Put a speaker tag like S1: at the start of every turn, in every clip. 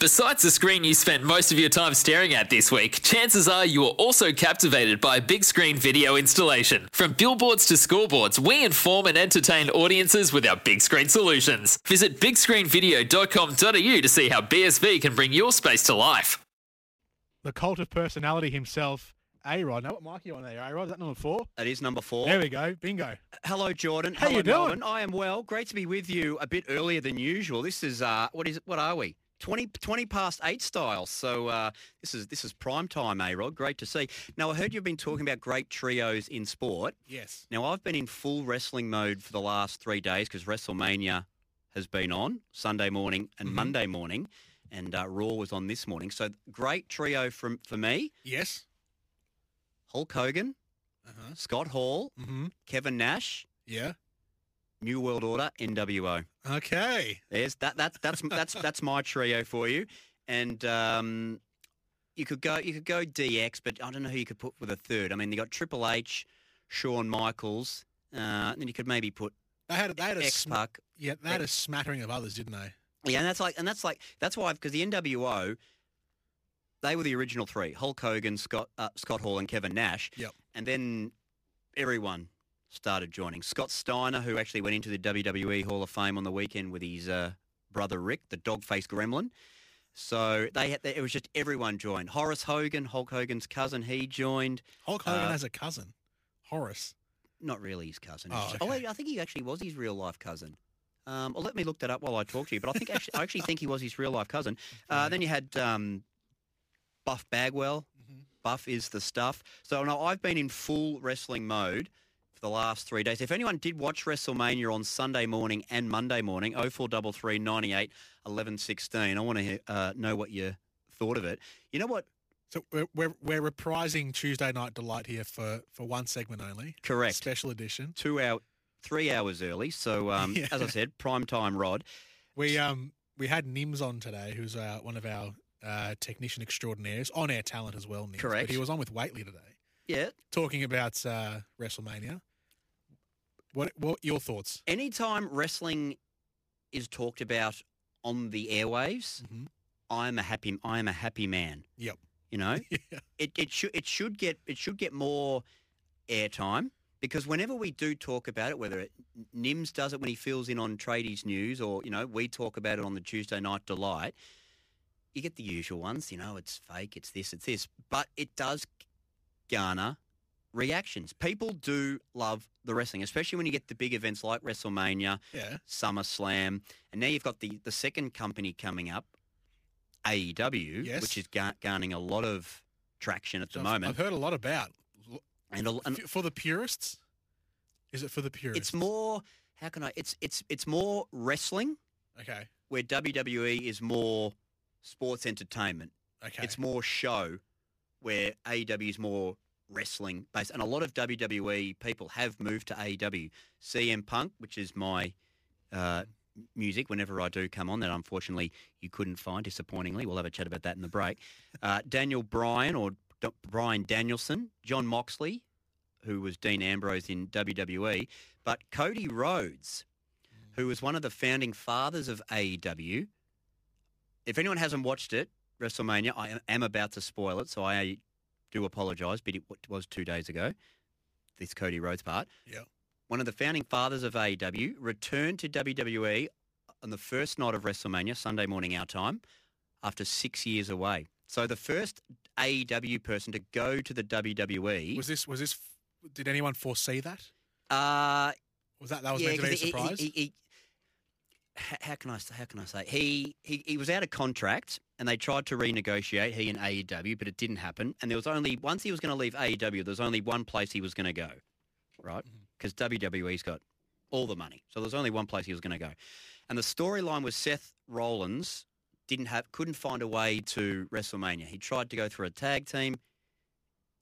S1: Besides the screen you spent most of your time staring at this week, chances are you were also captivated by a big screen video installation. From billboards to scoreboards, we inform and entertain audiences with our big screen solutions. Visit bigscreenvideo.com.au to see how BSV can bring your space to life.
S2: The cult of personality himself, A-Rod. Now, what mic are you on there, A-Rod? Is that number four?
S3: That is number
S4: Oh.
S3: four. Uh,
S2: There we go. Bingo.
S3: Hello, Jordan.
S2: How
S3: Hello,
S2: you doing?
S3: Melbourne. I am well. Great to be with you a bit earlier than usual. This is uh, what is what are we? 20, 20 past eight style. So uh, this is this is prime time, A Rod. Great to see. Now I heard you've been talking about great trios in sport.
S2: Yes.
S3: Now I've been in full wrestling mode for the last three days because WrestleMania has been on Sunday morning and
S2: Mm-hmm.
S3: Monday morning, and uh, Raw was on this morning. So great trio from for me:
S2: Yes.
S3: Hulk Hogan,
S2: Uh-huh.
S3: Scott Hall,
S2: Mm-hmm.
S3: Kevin Nash,
S2: Yeah.
S3: New World Order, NWO.
S2: Okay.
S3: There's that. That that's that's that's my trio for you, and um, you could go you could go DX, but I don't know who you could put with a third. I mean, you got Triple H, Shawn Michaels, uh, and then you could maybe put
S4: They had they had a
S3: X
S4: sm-
S3: Pac.
S4: yeah they had a smattering of others, didn't they?
S3: Yeah, and that's like and that's like that's why because the NWO, they were the original three: Hulk Hogan, Scott uh, Scott Hall, and Kevin Nash.
S4: Yep.
S3: And then everyone started joining. Scott Steiner, who actually went into the WWE Hall of Fame on the weekend with his uh, brother Rick, the dog-faced gremlin. So they had it was just everyone joined. Horace Hogan, Hulk Hogan's cousin, he joined.
S4: Hulk Hogan
S3: Uh,
S4: has a cousin, Horace.
S3: Not really his cousin.
S4: Oh,
S3: He's- oh,
S4: okay.
S3: wait, I think he actually was his real life cousin. Um, well, let me look that up while I talk to you. But I think actually, I actually think he was his real life cousin. Uh, then you had um, Buff Bagwell.
S4: Mhm.
S3: Buff is the stuff. So no, I've been in full wrestling mode for the last three days. If anyone did watch WrestleMania on Sunday morning and Monday morning, 0433 98 11 16, I want to uh, know what you thought of it. You know what?
S4: So we're, we're we're reprising Tuesday Night Delight here for for one segment only,
S3: Correct.
S4: special edition.
S3: Two hour, three hours early. So um,
S4: Yeah.
S3: as I said, prime time, Rod.
S4: We um we had Nims on today, who's uh, one of our uh, technician extraordinaires, on air talent as well. Nims,
S3: Correct.
S4: But he was on with Waitley today,
S3: Yeah.
S4: talking about uh, WrestleMania. What what your thoughts?
S3: Anytime wrestling is talked about on the airwaves,
S4: Mhm.
S3: I'm a happy. I am a happy man.
S4: Yep.
S3: You know,
S4: Yeah.
S3: it, it should it should get it should get more airtime because whenever we do talk about it, whether it, Nims does it when he fills in on tradies news, or you know we talk about it on the Tuesday night delight, you get the usual ones. You know, it's fake, it's this, it's this, but it does garner reactions. People do love the wrestling, especially when you get the big events like WrestleMania,
S4: Yeah.
S3: SummerSlam, and now you've got the the second company coming up, AEW,
S4: Yes.
S3: which is gar- garnering a lot of traction at the
S4: I've-
S3: moment.
S4: I've heard a lot about. L-
S3: and, a, and
S4: F- for the purists, is it for the purists?
S3: it's more how can I? It's it's it's more wrestling
S4: okay.
S3: where WWE is more sports entertainment.
S4: Okay.
S3: It's more show where AEW is more wrestling based, and a lot of WWE people have moved to E AEW. CM Punk, which is my uh, music whenever I do come on, that unfortunately you couldn't find, disappointingly. We'll have a chat about that in the break. Uh, Daniel Bryan or D- Bryan Danielson, John Moxley, who was Dean Ambrose in E, WWE, but Cody Rhodes, who was one of the founding fathers of AEW. If anyone hasn't watched it, WrestleMania, I am- am about to spoil it, so I do apologise, but it w- was two days ago, this Cody Rhodes part.
S4: Yeah.
S3: One of the founding fathers of AEW returned to WWE on the first night of WrestleMania, Sunday morning our time, after six years away. So the first AEW person to go to the E WWE.
S4: Was this was this? Did anyone foresee that?
S3: uh,
S4: Was that that was meant to be a
S3: 'cause he- he-
S4: surprise?
S3: He, he- h- how can I s- how can I say he, he he was out of contract and they tried to renegotiate he and AEW, but it didn't happen. And there was only once he was going to leave AEW, there was only one place he was going to go, right?
S4: Mm-hmm.
S3: Because WWE's got all the money, so there was only one place he was going to go. And the storyline was Seth Rollins didn't have couldn't find a way to WrestleMania. He tried to go through a tag team,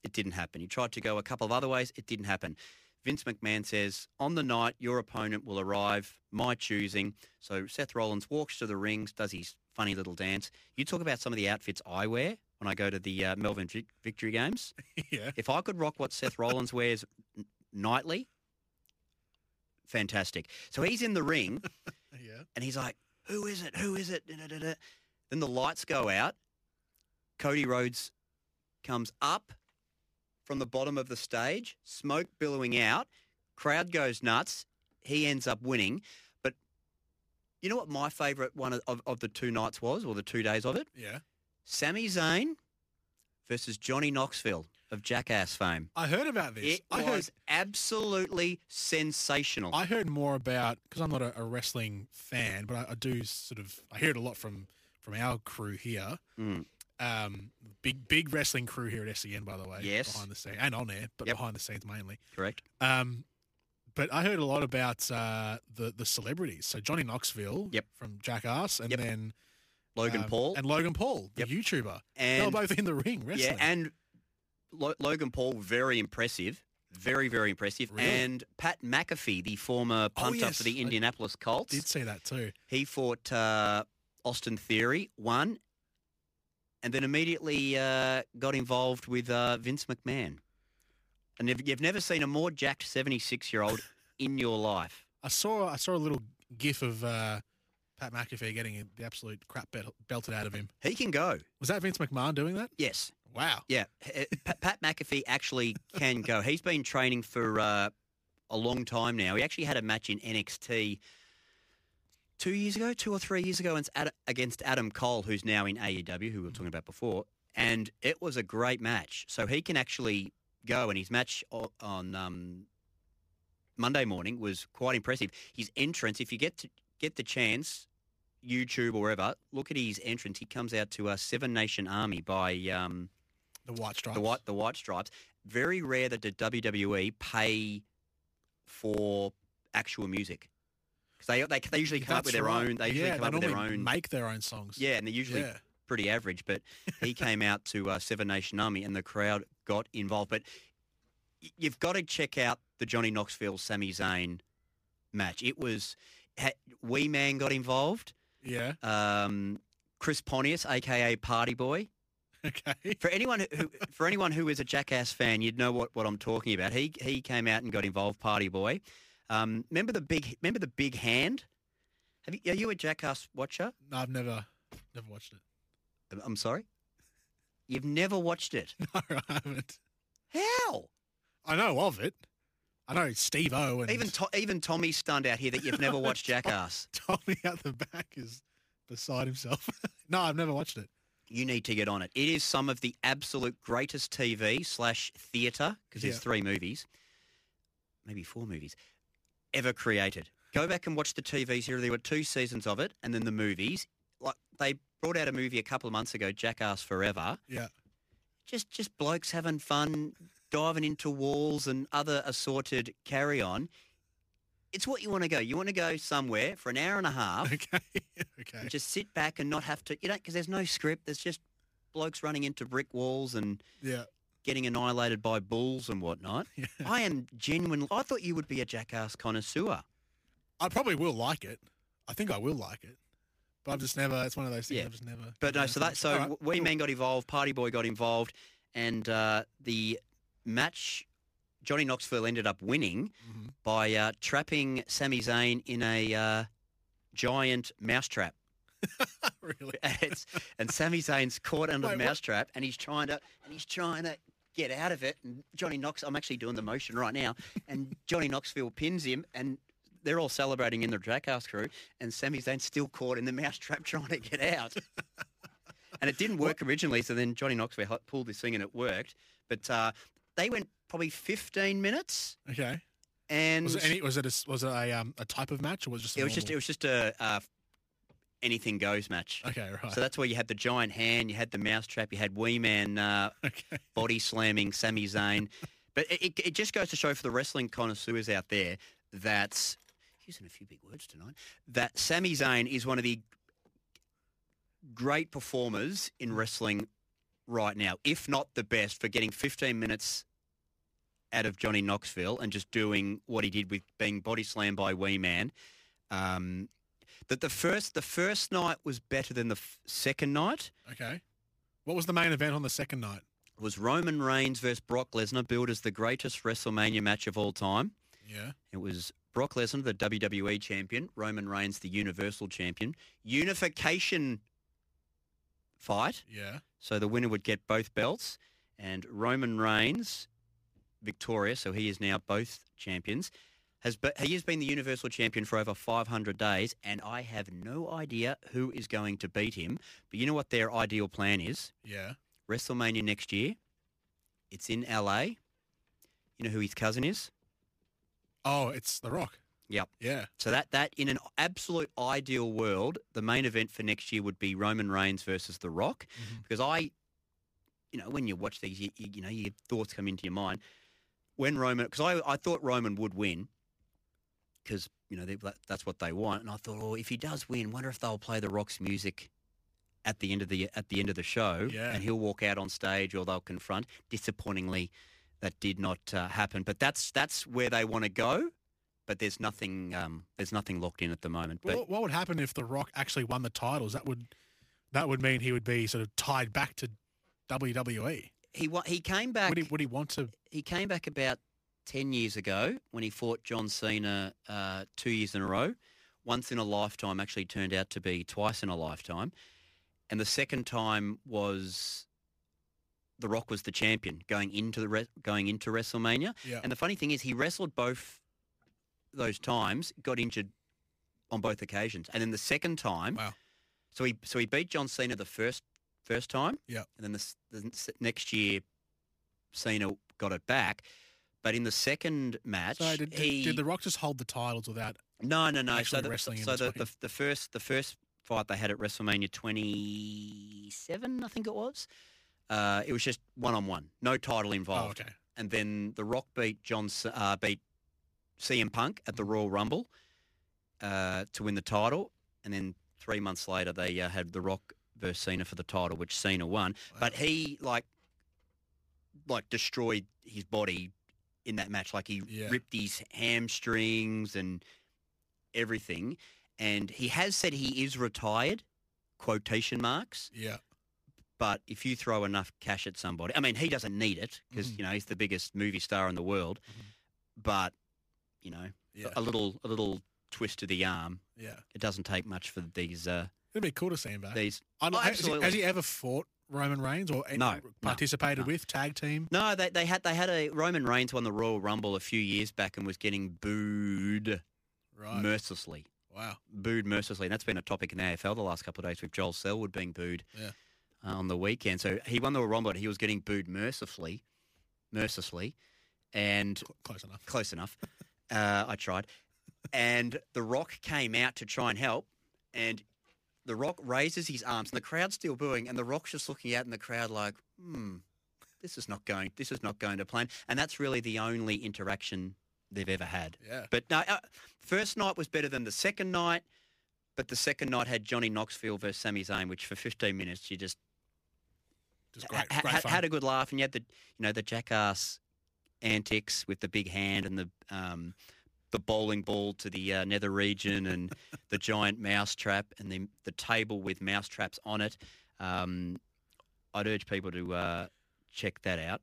S3: it didn't happen. He tried to go a couple of other ways, it didn't happen. Vince McMahon says, on the night, your opponent will arrive, my choosing. So Seth Rollins walks to the rings, does his funny little dance. You talk about some of the outfits I wear when I go to the uh, Melbourne Vic- Victory Games.
S4: yeah.
S3: If I could rock what Seth Rollins wears n- nightly, fantastic. So he's in the ring
S4: Yeah.
S3: and he's like, who is it? Who is it? Da, da, da, da. Then the lights go out. Cody Rhodes comes up from the bottom of the stage, smoke billowing out. Crowd goes nuts. He ends up winning. But you know what my favourite one of, of, of the two nights was, or the two days of it?
S4: Yeah.
S3: Sami Zayn versus Johnny Knoxville of Jackass fame.
S4: I heard about this.
S3: It
S4: I heard
S3: was absolutely sensational.
S4: I heard more about because I'm not a, a wrestling fan, but I, I do sort of I hear it a lot from from our crew here.
S3: Mm.
S4: Um, big big wrestling crew here at SEN, by the way.
S3: Yes.
S4: behind the scenes and on air, but
S3: Yep.
S4: behind the scenes mainly.
S3: Correct.
S4: Um, but I heard a lot about uh, the the celebrities. So Johnny Knoxville,
S3: Yep.
S4: from Jackass, and
S3: Yep.
S4: then
S3: Logan
S4: um,
S3: Paul
S4: and Logan Paul, the YouTuber. they were
S3: and
S4: both in the ring
S3: yeah,
S4: wrestling.
S3: and Lo- Logan Paul very impressive, very very impressive.
S4: Really?
S3: And Pat McAfee, the former
S4: Oh,
S3: punter
S4: yes,
S3: for
S4: I
S3: the Indianapolis Colts,
S4: did see that too.
S3: he fought uh, Austin Theory, won, and then immediately uh, got involved with uh, Vince McMahon. And if, you've never seen a more jacked seventy-six-year-old in your life.
S4: I saw I saw a little gif of uh, Pat McAfee getting the absolute crap belt, belted out of him.
S3: He can go.
S4: Was that Vince McMahon doing that?
S3: Yes.
S4: Wow.
S3: Yeah, H- uh, Pa- Pat McAfee actually can go. He's been training for uh, a long time now. He actually had a match in NXT two years ago, two or three years ago, and it's Ad- against Adam Cole, who's now in AEW, who we were talking about before, and it was a great match. So he can actually go, and his match o- on um, Monday morning was quite impressive. His entrance, if you get to get the chance. YouTube or wherever, look at his entrance. He comes out to uh, Seven Nation Army by um,
S4: The white stripes.
S3: the white the white stripes. Very rare that the WWE pay for actual music because they, they they usually come up
S4: That's
S3: with their
S4: right.
S3: own. They usually
S4: yeah,
S3: come up
S4: they
S3: with their
S4: normally
S3: own.
S4: Make their own songs.
S3: yeah, and they're usually
S4: Yeah.
S3: pretty average. But he came out to uh, Seven Nation Army, and the crowd got involved. But y- you've got to check out the Johnny Knoxville Sami Zayn match. It was had, Wee Man got involved.
S4: Yeah.
S3: Um, Chris Pontius, aka Party Boy,
S4: Okay.
S3: for anyone who for anyone who is a Jackass fan, you'd know what, what I'm talking about. He he came out and got involved, Party Boy. Um, remember the big remember the big hand. Have you, are you a Jackass watcher?
S4: No, I've never never watched it.
S3: I'm- I'm sorry, you've never watched it.
S4: No, I haven't.
S3: How?
S4: I know of it. I know Steve O and
S3: Even to, even Tommy's stunned out here that you've never watched Jackass.
S4: Tommy out the back is beside himself. no, I've never watched it.
S3: You need to get on it. It is some of the absolute greatest TV slash theatre because there's
S4: Yeah.
S3: three movies, maybe four movies, ever created. Go back and watch the TV series. There were two seasons of it, and then the movies. Like they brought out a movie a couple of months ago, Jackass Forever.
S4: Yeah.
S3: Just just blokes having fun, diving into walls and other assorted carry on. It's what you want to go. You want to go somewhere for an hour and a half
S4: Okay.
S3: and
S4: okay.
S3: just sit back and not have to, you know, because there's no script. There's just blokes running into brick walls and
S4: Yeah.
S3: getting annihilated by bulls and whatnot.
S4: Yeah.
S3: I am genuinely, I thought you would be a jackass connoisseur.
S4: I probably will like it. I think I will like it. But I've just never. It's one of those things
S3: Yeah.
S4: I've just never.
S3: But no,
S4: never
S3: so
S4: done.
S3: that, so
S4: All right,
S3: w Wee
S4: cool.
S3: Man got involved, Party Boy got involved, and uh, the match, Johnny Knoxville ended up winning
S4: Mhm.
S3: by uh, trapping Sami Zayn in a uh, giant mousetrap.
S4: Mm-hmm. really.
S3: and, it's, and Sami Zayn's caught under
S4: Wait,
S3: the
S4: what?
S3: mousetrap, and he's trying to and he's trying to get out of it. And Johnny Knox, I'm actually doing the motion right now, and Johnny Knoxville pins him, and they're all celebrating in the Jackass crew, and Sami Zayn's still caught in the mousetrap trying to get out. and it didn't work originally, so then Johnny Knoxville hu- pulled this thing, and it worked. But uh, they went probably 15 minutes,
S4: Okay.
S3: and
S4: Was it any? Was it a, s- was it a um a type of match or was it just? a
S3: it was just it
S4: normal-
S3: was just a uh, anything goes match.
S4: okay. Right.
S3: So that's where you had the giant hand, you had the mousetrap, you had Wee Man uh,
S4: okay.
S3: body slamming Sami Zayn. But it, it, it just goes to show for the wrestling connoisseurs out there that, using a few big words tonight, that Sami Zayn is one of the great performers in wrestling right now, if not the best, for getting 15 minutes out of Johnny Knoxville and just doing what he did with being body slammed by Wee Man. Um, that the first the first night was better than the f- second night
S4: Okay. What was the main event on the second night?
S3: was Roman Reigns versus Brock Lesnar, billed as the greatest WrestleMania match of all time.
S4: Yeah.
S3: It was Brock Lesnar, the E WWE champion, Roman Reigns, the Universal champion. Unification fight.
S4: Yeah.
S3: So the winner would get both belts. And Roman Reigns, victorious, so he is now both champions. Has be, he has been the Universal Champion for over 500 days, and I have no idea who is going to beat him. But you know what their ideal plan is?
S4: Yeah.
S3: WrestleMania next year. It's in LA. You know who his cousin is?
S4: Oh, it's The Rock.
S3: Yep.
S4: Yeah.
S3: So that that in an absolute ideal world, the main event for next year would be Roman Reigns versus The Rock,
S4: Mhm.
S3: because I, you know, when you watch these, you, you, you know, your thoughts come into your mind. When Roman, because I, I thought Roman would win, because you know they, that, that's what they want, and I thought, oh, if he does win, wonder if they'll play The Rock's music at the end of the at the end of the show,
S4: Yeah.
S3: and he'll walk out on stage, or they'll confront. Disappointingly, that did not uh, happen. But that's that's where they want to go. But there's nothing um, there's nothing locked in at the moment.
S4: But
S3: But
S4: what, what would happen if The Rock actually won the titles? That would that would mean he would be sort of tied back to WWE.
S3: he wa- he came back
S4: Would he would he want to?
S3: he came back about 10 years ago when he fought John Cena uh, two years in a row. Once in a lifetime actually turned out to be twice in a lifetime. And the second time was The Rock was the champion going into the re- going into WrestleMania.
S4: Yeah.
S3: And the funny thing is he wrestled both those times, got injured on both occasions. And then the second time
S4: Wow.
S3: so he so he beat John Cena the first first time.
S4: Yeah.
S3: And then the, s- the s- next year, Cena got it back. But in the second match,
S4: So did, did,
S3: he
S4: did The Rock just hold the titles without?
S3: no no no. So
S4: actually
S3: the,
S4: wrestling in
S3: so the,
S4: between?
S3: the the first the first fight they had at WrestleMania 27, I think it was. Uh, it was just one on one, no title
S4: Oh,
S3: involved.
S4: okay.
S3: And then The Rock beat John C- uh, beat CM Punk at the Royal Rumble uh, to win the title, and then three months later they uh, had The Rock versus Cena for the title, which Cena won. But he like like destroyed his body in that match. Like he
S4: Yeah.
S3: ripped his hamstrings and everything. And he has said he is retired, quotation marks.
S4: Yeah.
S3: But if you throw enough cash at somebody, I mean, he doesn't need it because
S4: Mhm.
S3: you know he's the biggest movie star in the world. But you know,
S4: Mm-hmm. Yeah.
S3: a little a little twist to the arm,
S4: Yeah.
S3: it doesn't take much for these uh,
S4: It'd be cool to see him back.
S3: these.
S4: I don't-
S3: Oh,
S4: has, he, has
S3: absolutely.
S4: he ever fought Roman Reigns or any-
S3: No,
S4: participated
S3: no, no.
S4: with tag team?
S3: No, they they had they had a Roman Reigns won the Royal Rumble a few years back and was getting booed
S4: Right.
S3: mercilessly.
S4: Wow.
S3: booed mercilessly. And that's been a topic in the AFL the last couple of days with Joel Selwood being booed
S4: Yeah.
S3: uh, on the weekend. So he won the Royal Rumble, but he was getting booed mercilessly, mercilessly, and
S4: Cl- Close enough.
S3: close enough. Uh, I tried. And The Rock came out to try and help, and The Rock raises his arms, and the crowd's still booing, and The Rock's just looking out in the crowd like, hmm, this is not going, this is not going to plan. And that's really the only interaction they've ever had.
S4: Yeah.
S3: But no, uh, first night was better than the second night. But the second night had Johnny Knoxville versus Sami Zayn, which for 15 minutes you just
S4: Just great.
S3: ha-
S4: great
S3: ha-
S4: fun.
S3: had a good laugh, and you had the you know the jackass antics with the big hand and the um, the bowling ball to the uh, nether region, and the giant mouse trap, and the the table with mouse traps on it. Um, I'd urge people to uh, check that out.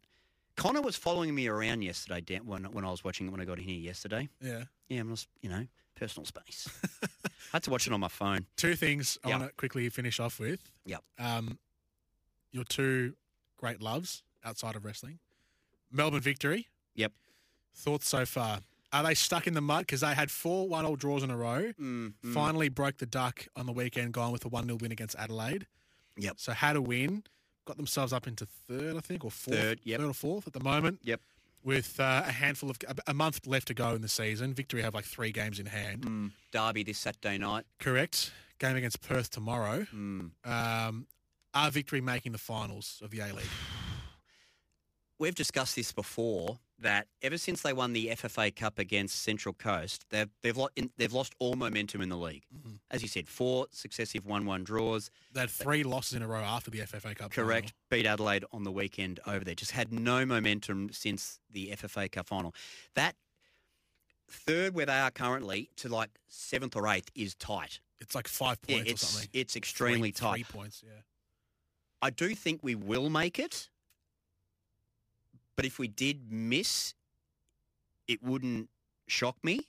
S3: Connor was following me around yesterday Dan, when when I was watching it when I got in here yesterday.
S4: yeah.
S3: Yeah, I'm just, you know, personal space. I had to watch it on my phone.
S4: Two things I
S3: Yeah.
S4: want to quickly finish off with.
S3: Yep.
S4: Um, your two great loves outside of wrestling, Melbourne victory.
S3: Yep.
S4: Thoughts so far? Are they stuck in the mud because they had four one-all draws in a row?
S3: Mm, mm.
S4: Finally broke the duck on the weekend, gone with a one 0 win against Adelaide.
S3: Yep.
S4: So had a win, got themselves up into third, I think, or fourth,
S3: Third, yep.
S4: third or fourth at the moment.
S3: Yep.
S4: With uh, a handful of a- a month left to go in the season, victory have like three games in hand.
S3: Mm. Derby this Saturday night.
S4: Correct. Game against Perth tomorrow.
S3: Mm.
S4: Um, are Victory making the finals of the A League?
S3: We've discussed this before that ever since they won the FFA Cup against Central Coast, they've they've, lo- in, they've lost all momentum in the league.
S4: Mhm.
S3: As you said, four successive one-one draws.
S4: They had three losses in a row after the FFA Cup.
S3: Correct. Beat Adelaide on the weekend over there. Just had no momentum since the FFA Cup final. That third where they are currently to like seventh or eighth is tight.
S4: Final. It's like five
S3: Yeah,
S4: points or
S3: it's
S4: something.
S3: it's extremely
S4: Three-
S3: tight.
S4: Three points. Yeah.
S3: I do think we will make it, but if we did miss, it wouldn't shock me.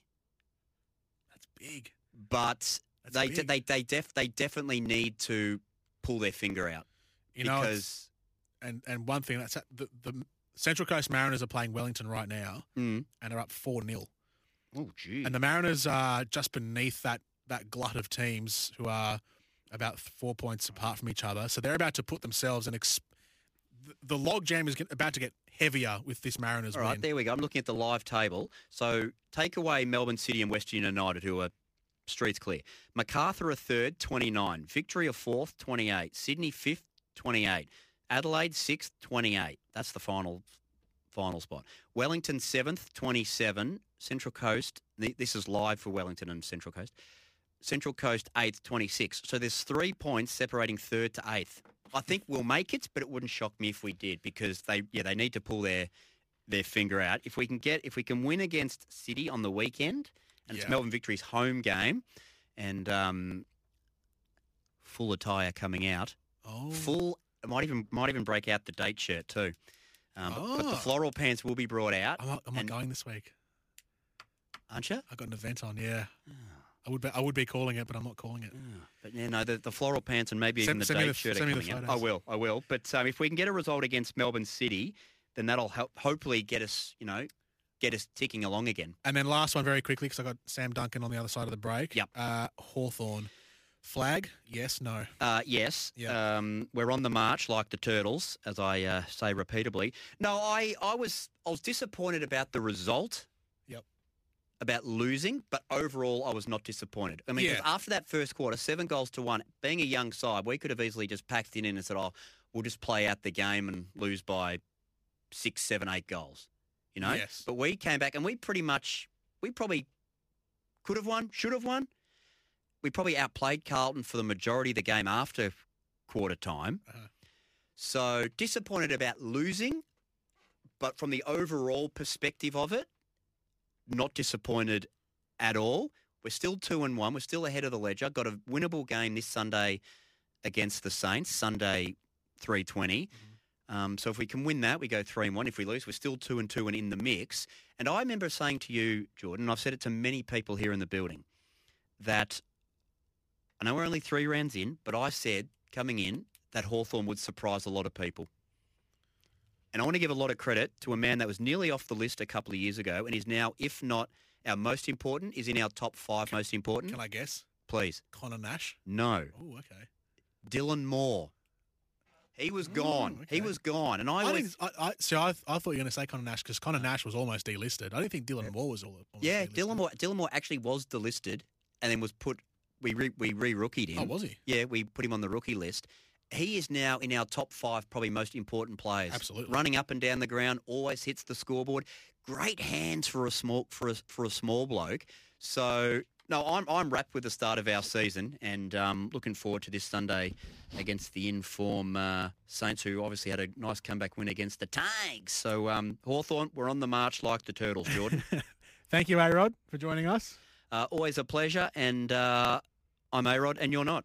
S4: That's big.
S3: But
S4: That's
S3: they,
S4: big.
S3: they they def they definitely need to pull their finger out
S4: You know, it's-
S3: because
S4: and and one thing that's the, the Central Coast Mariners are playing Wellington right now
S3: Mm.
S4: and are up four 0
S3: oh gee,
S4: and the Mariners are just beneath that that glut of teams who are about four points apart from each other. So they're about to put themselves and ex- the, the log jam is get, about to get heavier with this Mariners
S3: All right,
S4: win.
S3: there we go. I'm looking at the live table. So take away Melbourne City and Western United, who are streets clear. Macarthur are third, 29. Victory are fourth, 28. Sydney fifth, 28. Adelaide sixth, 28. That's the final final spot. Wellington seventh, 27. Central Coast. th- This is live for Wellington and Central Coast. Central Coast eighth, 26. So there's three points separating third to eighth. I think we'll make it, but it wouldn't shock me if we did because they yeah they need to pull their their finger out. If we can get if we can win against City on the weekend, and it's
S4: Yeah.
S3: Melbourne Victory's home game, and um, full attire coming out,
S4: oh,
S3: full I might even might even break out the date shirt too. Um, but, but the
S4: Ah.
S3: floral pants will be brought out,
S4: I'm not, I'm not
S3: and-
S4: going this week.
S3: aren't you?
S4: I got an event on. Yeah, I would be, I would be calling it, but I'm not calling it.
S3: But yeah, no, the, the floral pants and maybe
S4: Send-
S3: even the
S4: send me
S3: date
S4: the-
S3: shirt are
S4: send me the
S3: coming out. I
S4: photos.
S3: will, I will. But um, if we can get a result against Melbourne City, then that'll help. Hopefully, get us, you know, get us ticking along again.
S4: And then last one very quickly because I got Sam Duncan on the other side of the break.
S3: Yep.
S4: Uh, Hawthorne. Flag? Yes, no.
S3: Uh, yes.
S4: Yeah.
S3: Um, we're on the march like the turtles, as I uh, say repeatedly. No, I, I was I was disappointed about the result.
S4: Yep.
S3: About losing, but overall, I was not disappointed. I mean, 'cause
S4: Yeah.
S3: after that first quarter, seven goals to one, being a young side, we could have easily just packed in and said, "Oh, we'll just play out the game and lose by six, seven, eight goals." You know.
S4: Yes.
S3: But we came back and we pretty much we probably could have won, should have won. We probably outplayed Carlton for the majority of the game after quarter time.
S4: Uh-huh.
S3: So disappointed about losing, but from the overall perspective of it, not disappointed at all. We're still two and one. We're still ahead of the ledger. Got a winnable game this Sunday against the Saints. Sunday, three
S4: Mm-hmm.
S3: Um, so if we can win that, we go three and one. If we lose, we're still two and two and in the mix. And I remember saying to you, Jordan, and I've said it to many people here in the building, that I know we're only three rounds in, but I said coming in that Hawthorn would surprise a lot of people. And I want to give a lot of credit to a man that was nearly off the list a couple of years ago and is now, if not our most important, is in our top five most important.
S4: Can I guess?
S3: Please.
S4: Connor Nash?
S3: No.
S4: Oh, okay.
S3: Dylan Moore. He was gone. He
S4: Oh, okay.
S3: was gone. And I,
S4: I,
S3: was.
S4: didn't, I, I see. I, I thought you were going to say Connor Nash because Connor Nash was almost delisted. I didn't think Dylan Moore was all. Almost
S3: Yeah,
S4: delisted.
S3: Dylan Moore, Dylan Moore actually was delisted and then was put. We re, we re rookied him.
S4: Oh, was he?
S3: Yeah, we put him on the rookie list. He is now in our top five, probably most important players.
S4: Absolutely.
S3: running up and down the ground, always hits the scoreboard. Great hands for a small for a, for a small bloke. So no, I'm I'm wrapped with the start of our season, and um, looking forward to this Sunday against the inform uh, Saints, who obviously had a nice comeback win against the Tags. So um, Hawthorn, we're on the march like the turtles, Jordan.
S2: Thank you, A Rod, for joining us.
S3: Uh, always a pleasure. And uh, I'm Arod, and you're not.